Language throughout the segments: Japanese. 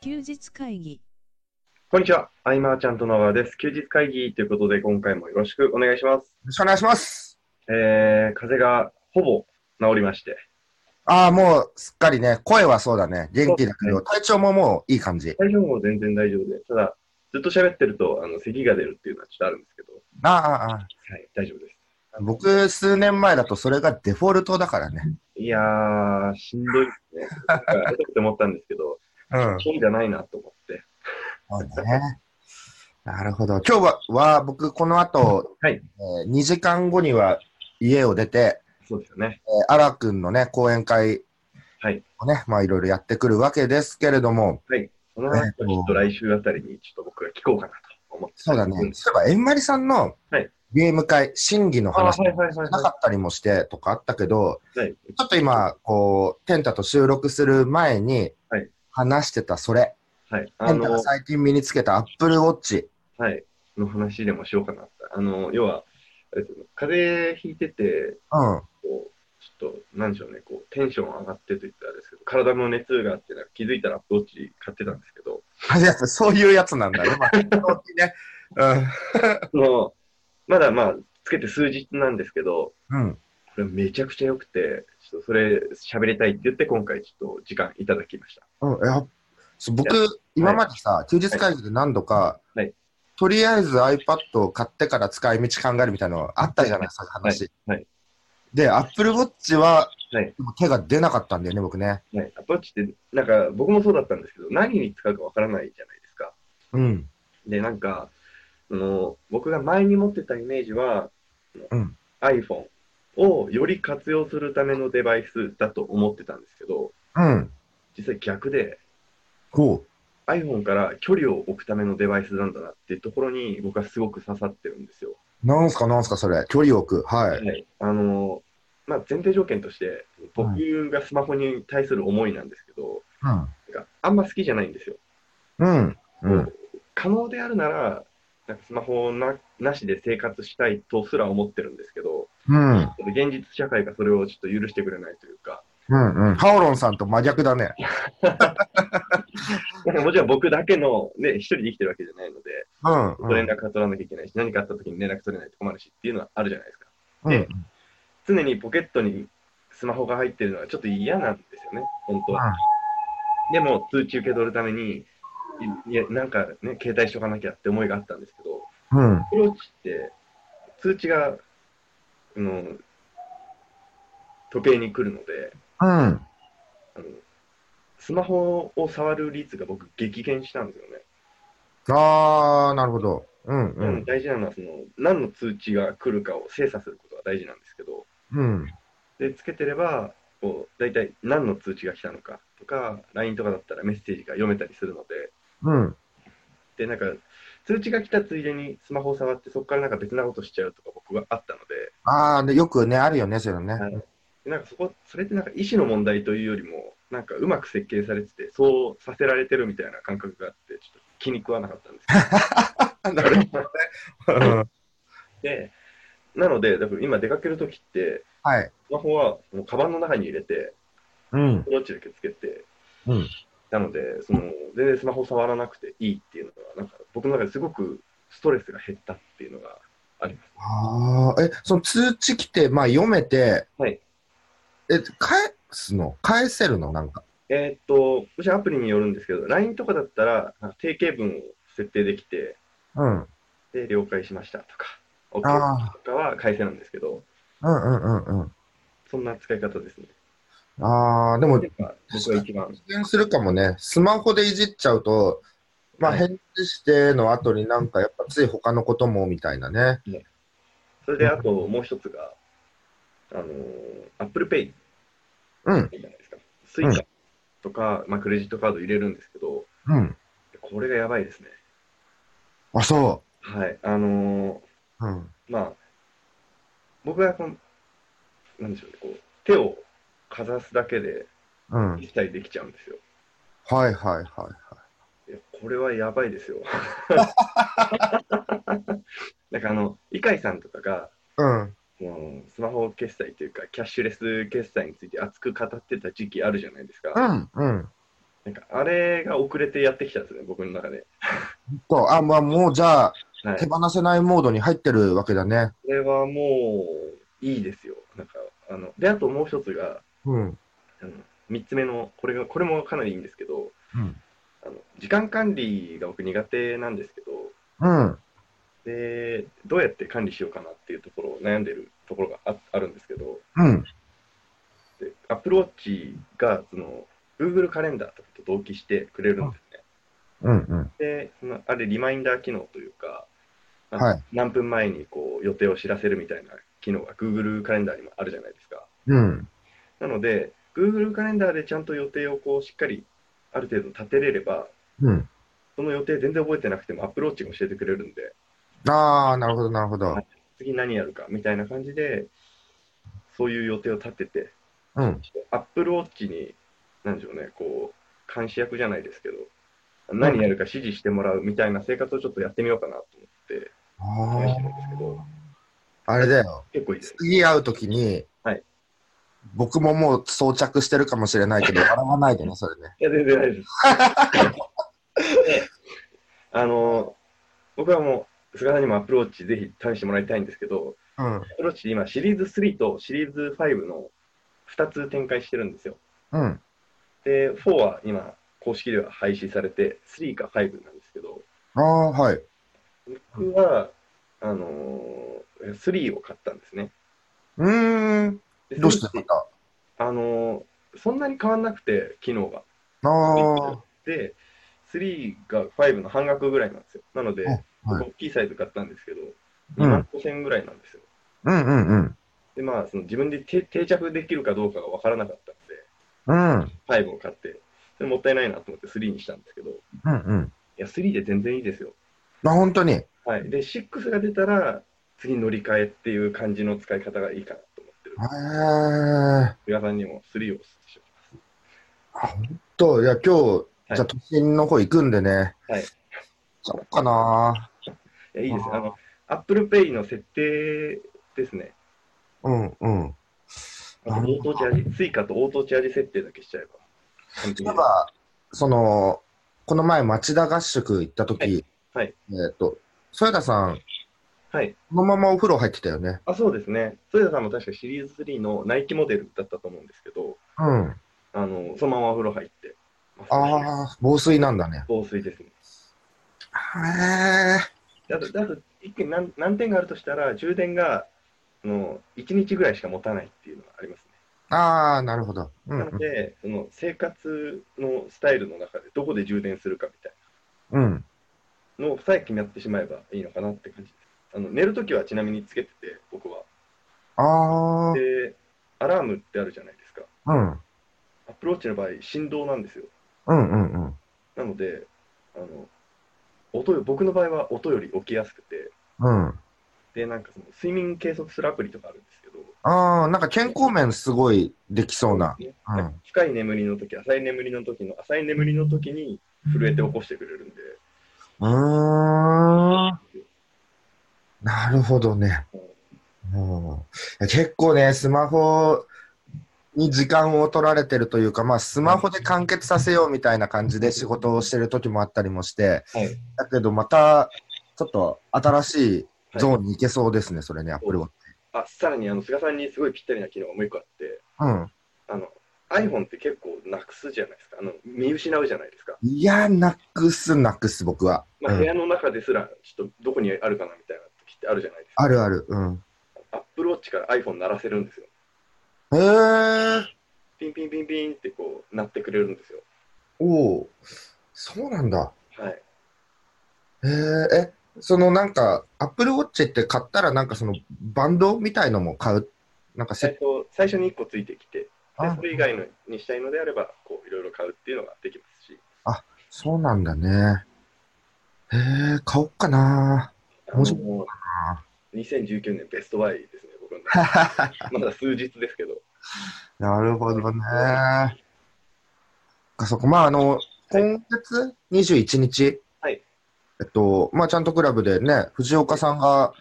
休日会議こんにちは。アイマーちゃんと野川です。休日会議ということで、今回もよろしくお願いします。ろしくお願いします。えー、風邪がほぼ治りまして、ああ、もうすっかりね、声はそうだね、元気だけそうど、体調ももういい感じ。体調も全然大丈夫で、ただ、ずっと喋ってると、あの、咳が出るっていうのはちょっとあるんですけど、ああああ、ああはい、大丈夫です。僕、数年前だとそれがデフォルトだからね。いやー、しんどいですね。なんか、出てって思ったんですけど、うん。そうじゃないなと思って。そうだね。なるほど。今日は、は僕、この後、はいえー2時間後には家を出て、そうですよね。えー、荒くんのね、講演会はいをね、まあいろいろやってくるわけですけれども、その話をちょっと来週あたりに、ちょっと僕が聞こうかなと思って。そうだね。そういえば、えんまりさんのはいゲーム会、審議のあ、は話いはいはいなかはったりもしてとかあったけど、い。はい、ちょっと今、こう、テンタと収録する前にはい、話してたそれ、はい。テあンタがの、最近身につけたアップルウォッチ。はい、の話でもしようかなって。あの、要は、あれですよね風邪ひいてて、うん。こう、ちょっと、なんでしょうね、こう、テンション上がってと言ったらあれですけど、体の熱があって、なんか気づいたらアップローチ買ってたんですけど、あれやつそういうやつなんだ ね。まあ、本当にね。その、まだまあ、つけて数日なんですけど、うん。うん。これめちゃくちゃ良くて、ちょっとそれ喋りたいって言って、今回ちょっと時間いただきました。うん、いやそう僕、今までさ、休日会議で何度か、はいとりあえず iPad を買ってから使い道考えるみたいなのあったじゃないですか、話。はいはいで、Apple Watch は、はいでも手が出なかったんだよね、僕ね。ね、アップローチって、なんか僕もそうだったんですけど、何に使うかわからないじゃないですか。うん。で、なんか、その僕が前に持ってたイメージは、うん。 iPhone をより活用するためのデバイスだと思ってたんですけど、うん。実際逆で、こう。 iPhone から距離を置くためのデバイスなんだなっていうところに僕はすごく刺さってるんですよ。なんすかなんすかそれ。距離を置く。は。はいい。あの、まあ、前提条件として、僕がスマホに対する思いなんですけど、なんかあんま好きじゃないんですよ。うん。うん。うん。可能であるなら、なんかスマホななしで生活したいとすら思ってるんですけど、うん。現実社会がそれをちょっと許してくれないというか、うん。うん。ハオロンさんと真逆だね。なんかもちろん僕だけの、ね、一人で生きてるわけじゃないので、うん。う連ん。絡が取らなきゃいけないし、何かあった時に連絡取れないと困るしっていうのはあるじゃないですか。うん。常にポケットにスマホが入ってるのはちょっと嫌なんですよね、本当は。でも、通知受け取るために、いいや、なんかね、携帯しとかなきゃって思いがあったんですけど、うん。アプローチって、通知が、あの、時計に来るので、うん。あのスマホを触る率が僕激減したんですよね。あー、なるほど。うん。うでもん。大事なのはその、何の通知が来るかを精査することが大事なんですけど、うん。で、つけてれば、こう、大体何の通知が来たのかとか、LINE とかだったらメッセージが読めたりするので、うん。で、なんか、通知が来たついでにスマホを触って、そこからなんか別なことしちゃうとか僕はあったのであー、で、よくね、あるよね、それね。はい、でなんかそこ、それってなんか意思の問題というよりも、なんかうまく設計されてて、そうさせられてるみたいな感覚があって、ちょっと気に食わなかったんですけどなるほど ね。うんで、なので、だから今出かけるときって、はい。スマホはもうカバンの中に入れて、うん。ロッチだけつけて、うん。なので、その全然スマホ触らなくていいっていうのが、なんか僕の中ですごくストレスが減ったっていうのがあります。あー、え、その通知来て、まあ読めて、はい。え、返すの返せるのなんか。えーっと、もちろんアプリによるんですけど、LINE とかだったら、なんか定型文を設定できて、うん。で、了解しましたとか、OK あとかは返せるんですけど、うんうんうんうん。そんな使い方ですね。あー、でもなんか僕が一番。実現するかもね、スマホでいじっちゃうと、まあ、はい返事しての後になんかやっぱつい他のこともみたいなね。それで、あともう一つが、あのー、Apple Pay うん、じゃないですか。Suica とか、まあ、クレジットカード入れるんですけど、うん。これがやばいですね。あ、そはい。あのー、う。うん。まあ、僕はこの、なんでしょうね、こう、手をかざすだけでうん。はい一切できちゃうんですよ。はいはいはい。いや、これはやばいですよ。なんかあの、イカイさんとかが、うん。そのスマホ決済というか、キャッシュレス決済について熱く語ってた時期あるじゃないですか。うん。うん。なんか、あれが遅れてやってきたんですね、僕の中で。と、あ、まあ、もうじゃあ、はい。手こ放せないモードに入ってるわけだね。れはもう、いいですよ。なんか、あの、で、あともう一つが、うん。あの3つ目の、これが、これもかなりいいんですけど、うん。あの時間管理が僕苦手なんですけど、うん。で、どうやって管理しようかなっていうところを悩んでるところがああるんですけど、うん。で Apple Watch がその Google カレンダーとかと同期してくれるんですね。うん。で、そのあれ、リマインダー機能というか、あのはい何分前にこう予定を知らせるみたいな機能が Google カレンダーにもあるじゃないですか。うん。なので、Google カレンダーでちゃんと予定をこうしっかりある程度立てれれば、うん。その予定全然覚えてなくても Apple Watch が教えてくれるんで、ああ、なるほど、なるほどはい。次何やるかみたいな感じで、そういう予定を立てて、うん。アップルウォッチに、なんでしょうね、こう、監視役じゃないですけど、何やるか指示してもらうみたいな生活をちょっとやってみようかなと思って、試しあてるんですけど、あ。あれだよ。結構いいですね。次会うときに、はい僕ももう装着してるかもしれな いけど、笑わないでね、それね。いや、全然ないです。 であの、僕はもう、菅さんにもアップルウォッチぜひ試してもらいたいんですけど、うん。アップルウォッチ今、シリーズ3とシリーズ5の2つ展開してるんですよ。うん。で、4は今、公式では廃止されて、3か5なんですけど、ああ、はい。僕は、あのー、3を買ったんですね。うーん。でどうしてそのま時たあのーそんなに変わんなくて、機能が。ああ。で、3が5の半額ぐらいなんですよ。なので、あはい大きいサイズ買ったんですけど、う2ん万5000円ぐらいなんですよ。うんうんうん。で、まあ、その自分で定定着できるかどうかが分からなかったので、うん。うん5を買って、それもったいないなと思って3にしたんですけど、いうん。や、3で全然いいですよ。あ、本当に。はい。で、6が出たら、次乗り換えっていう感じの使い方がいいかなと思ってるへ。え。皆さんにも3をおすすめします。と、いや、今日、はいじゃあ都心の方行くんでね。はいそっかないやいいです。あーあの、Apple Pay の設定ですね。うんうん。あと、応答チャージ、追加と応答チャージ設定だけしちゃえば。完璧例えですば、その、この前町田合宿行った時、はいはいえっ、と、添田さん、はい。このままお風呂入ってたよね。あ、そうですね。添田さんも確かシリーズ3のナイキモデルだったと思うんですけど、うん。あの、そのままお風呂入ってます。ああ、防水なんだね。防水ですね。へえ。であと、であと一点難難点があるとしたら、充電が、あの、1日ぐらいしか持たないっていうのがありますね。ああ、なるほど。うんなので、その生活のスタイルの中でどこで充電するかみたいな。うん。のさえ決まってしまえばいいのかなって感じです。あの寝るときはちなみにつけてて、僕は。ああ、で、アラームってあるじゃないですか。うん。アプローチの場合、振動なんですよ。うんうんうん。なので、あの音よ僕の場合は音より起きやすくて、うん。で、なんかその睡眠計測するアプリとかあるんですけど、ああ、なんか健康面すごいできそうな。ねうんなんか深い眠りのとき、浅い眠りのときの、浅い眠りのときに震えて起こしてくれるんで、うーん。なるほどね。もうん結構ね、スマホに時間を取られてるというか、まあ、スマホで完結させようみたいな感じで仕事をしてる時もあったりもして、はいだけどまた、ちょっと新しいゾーンに行けそうですね、それね、アップルは。あさらにあの菅さんにすごいぴったりな機能がもう一個あって、うん。あの iPhone って結構なくすじゃないですか、あの見失うじゃないですか。いや、なくす、なくす、僕は。まあ、うん部屋の中ですら、ちょっとどこにあるかなみたいな時ってあるじゃないですか。あるある。うん。アップルウォッチから iPhone 鳴らせるんですよ。へえ。ピンピンピンピンってこう鳴ってくれるんですよ。おお。そうなんだ。はい。へええ、そのなんか、アップルウォッチって買ったら、なんかそのバンドみたいのも買う、なんかセ最ッ初最初に1個ついてきて、であそれ以外のにしたいのであれば、こういろいろ買うっていうのができますし、そうなんだね。へえ、買おっかな。あの面白い2019年ベストバイですね、僕の中で。まだ数日ですけど。なるほどね。あそこ、まあ、あの、今月21日、はいえっと、まあ、ちゃんとクラブでね、藤岡さんが、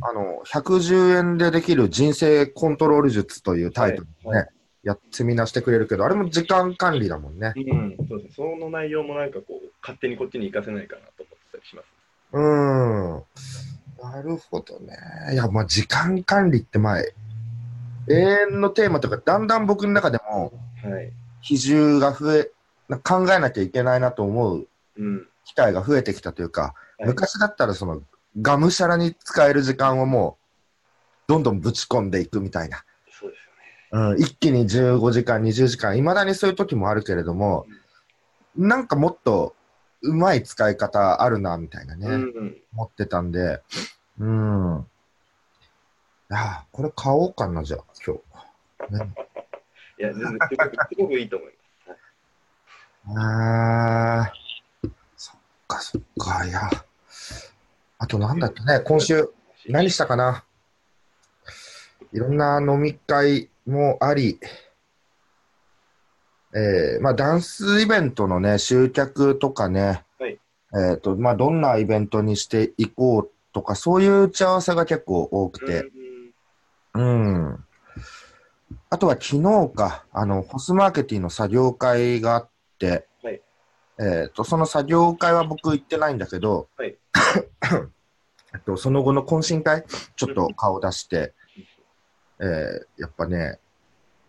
あの、110円でできる人生コントロール術というタイトルでね、はいや積みなしてくれるけど、あれも時間管理だもんね。うん、そうですね。その内容もなんかこう、勝手にこっちに行かせないかなと思ってたりします。うーん。なるほどね。いや、まあ、時間管理って前、永遠のテーマというか、だんだん僕の中でも、はい。比重が増え、な考えなきゃいけないなと思ううん。機会が増えてきたというか、はい昔だったらその、がむしゃらに使える時間をもう、どんどんぶち込んでいくみたいな。そうですよね。うん、一気に15時間、20時間、いまだにそういう時もあるけれども、なんかもっとうまい使い方あるな、みたいなね、うん。思ってたんで、うん。ああ、これ買おうかな、じゃあ、今いや、全然、すごくすごくいいと思いま日。ああ、そっかそっか、いや。あとなんだってね、今週、す。 何したかないろんな飲み会もあり、えーまあ、ダンスイベントのね、集客とかね、はいえっ、と、まあ、どんなイベントにしていこうとか、そういう打ち合わせが結構多くて、うんうん。あとは昨日か、あの、ホスマーケティの作業会があって、はいえっ、と、その作業会は僕行ってないんだけど、はい えっと、その後の懇親会、ちょっと顔出して、えーやっぱね、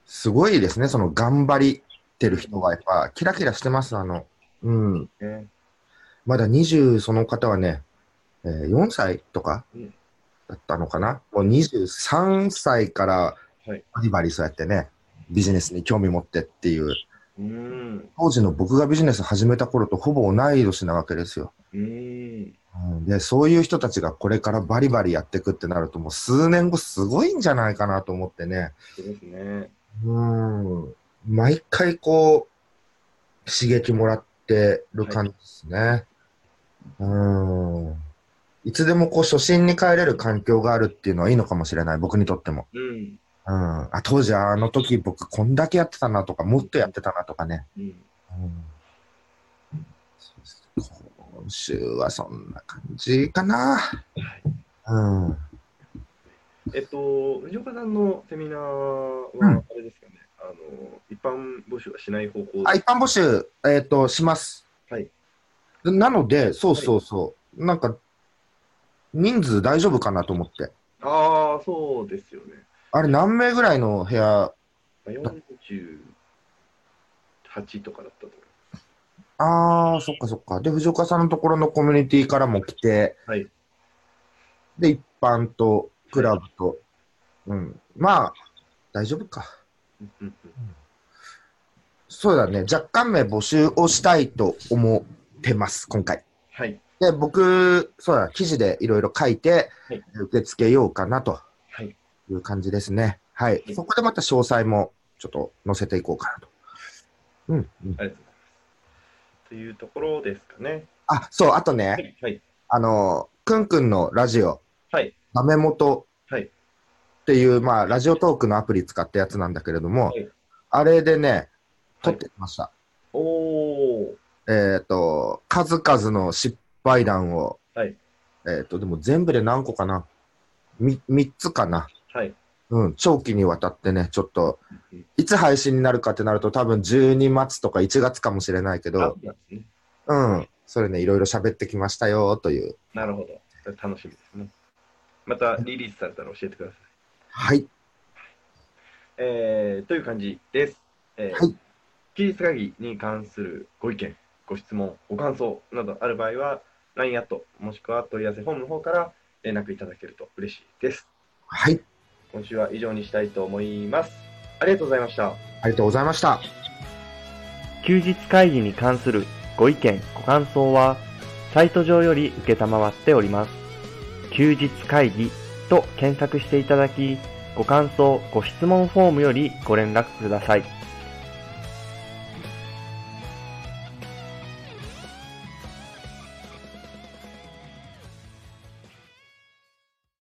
すごいですね、その頑張りってる人が、やっぱ、キラキラしてます、あの、うん。ねまだ20、その方はね、えー4歳とかうんだったのかな、もう23歳からはいバリバリそうやってね、ビジネスに興味持ってっていう、うん。当時の僕がビジネス始めた頃とほぼ同い年なわけですよ。うん。うんで、そういう人たちがこれからバリバリやっていくってなると、もう数年後すごいんじゃないかなと思ってね、そうですね。うん、毎回こう、刺激もらってる感じですね。うん。いつでもこう、初心に帰れる環境があるっていうのはいいのかもしれない、僕にとっても。うん。うん。あ、当時あの時僕こんだけやってたなとか、もっとやってたなとかね。うん。うん。そうです今週はそんな感じかな。うん。えっと、藤岡さんのセミナーはうん、あれですかね、あの、一般募集はしない方向あ、一般募集、えっ、と、します。はい。なので、そうそうそう。なんか、人数大丈夫かなと思って。ああ、そうですよね。あれ、何名ぐらいの部屋まあ48とかだったと思いまあー、そっかそっか。で、藤岡さんのところのコミュニティからも来て、はいで、一般と、クラブと、うん。まあ、大丈夫か。すうんうんそうだね。若干名募集をしたいと思ってます、今回。はい。で、僕、そうだ、記事でいろいろ書いて、はい受け付けようかなとはい。いう感じですね。はい。はいそこでまた詳細もちょっと載せていこうかなと。うん、うん。ありがとうございます。というところですかね。あ、そう、あとね、はい。はい。あの、くんくんのラジオ、はい。ダメ元はいっていう、まあ、ラジオトークのアプリ使ったやつなんだけれども、はいあれでね、撮はっいてきました。おお。えっ、と、数々の失敗談を、はいえっ、と、でも全部で何個かなみ ?3 つかなはい。うん、長期にわたってね、ちょっとうん、いつ配信になるかってなると、多分12月とか1月かもしれないけあど、そうなんですね。うん、それね、いろいろ喋ってきましたよという。なるほど。それ楽しみですね。またリリースされたら教えてください。はい、えーという感じです。えーはい期日会議に関するご意見、ご質問、ご感想などある場合は、LINE アット、もしくは問い合わせフォームの方から連絡いただけると嬉しいです。はい、今週は以上にしたいと思います。ありがとうございました。ありがとうございました。休日会議に関するご意見、ご感想は、サイト上より受けたまわっております。休日会議と検索していただき、ご感想、ご質問フォームよりご連絡ください。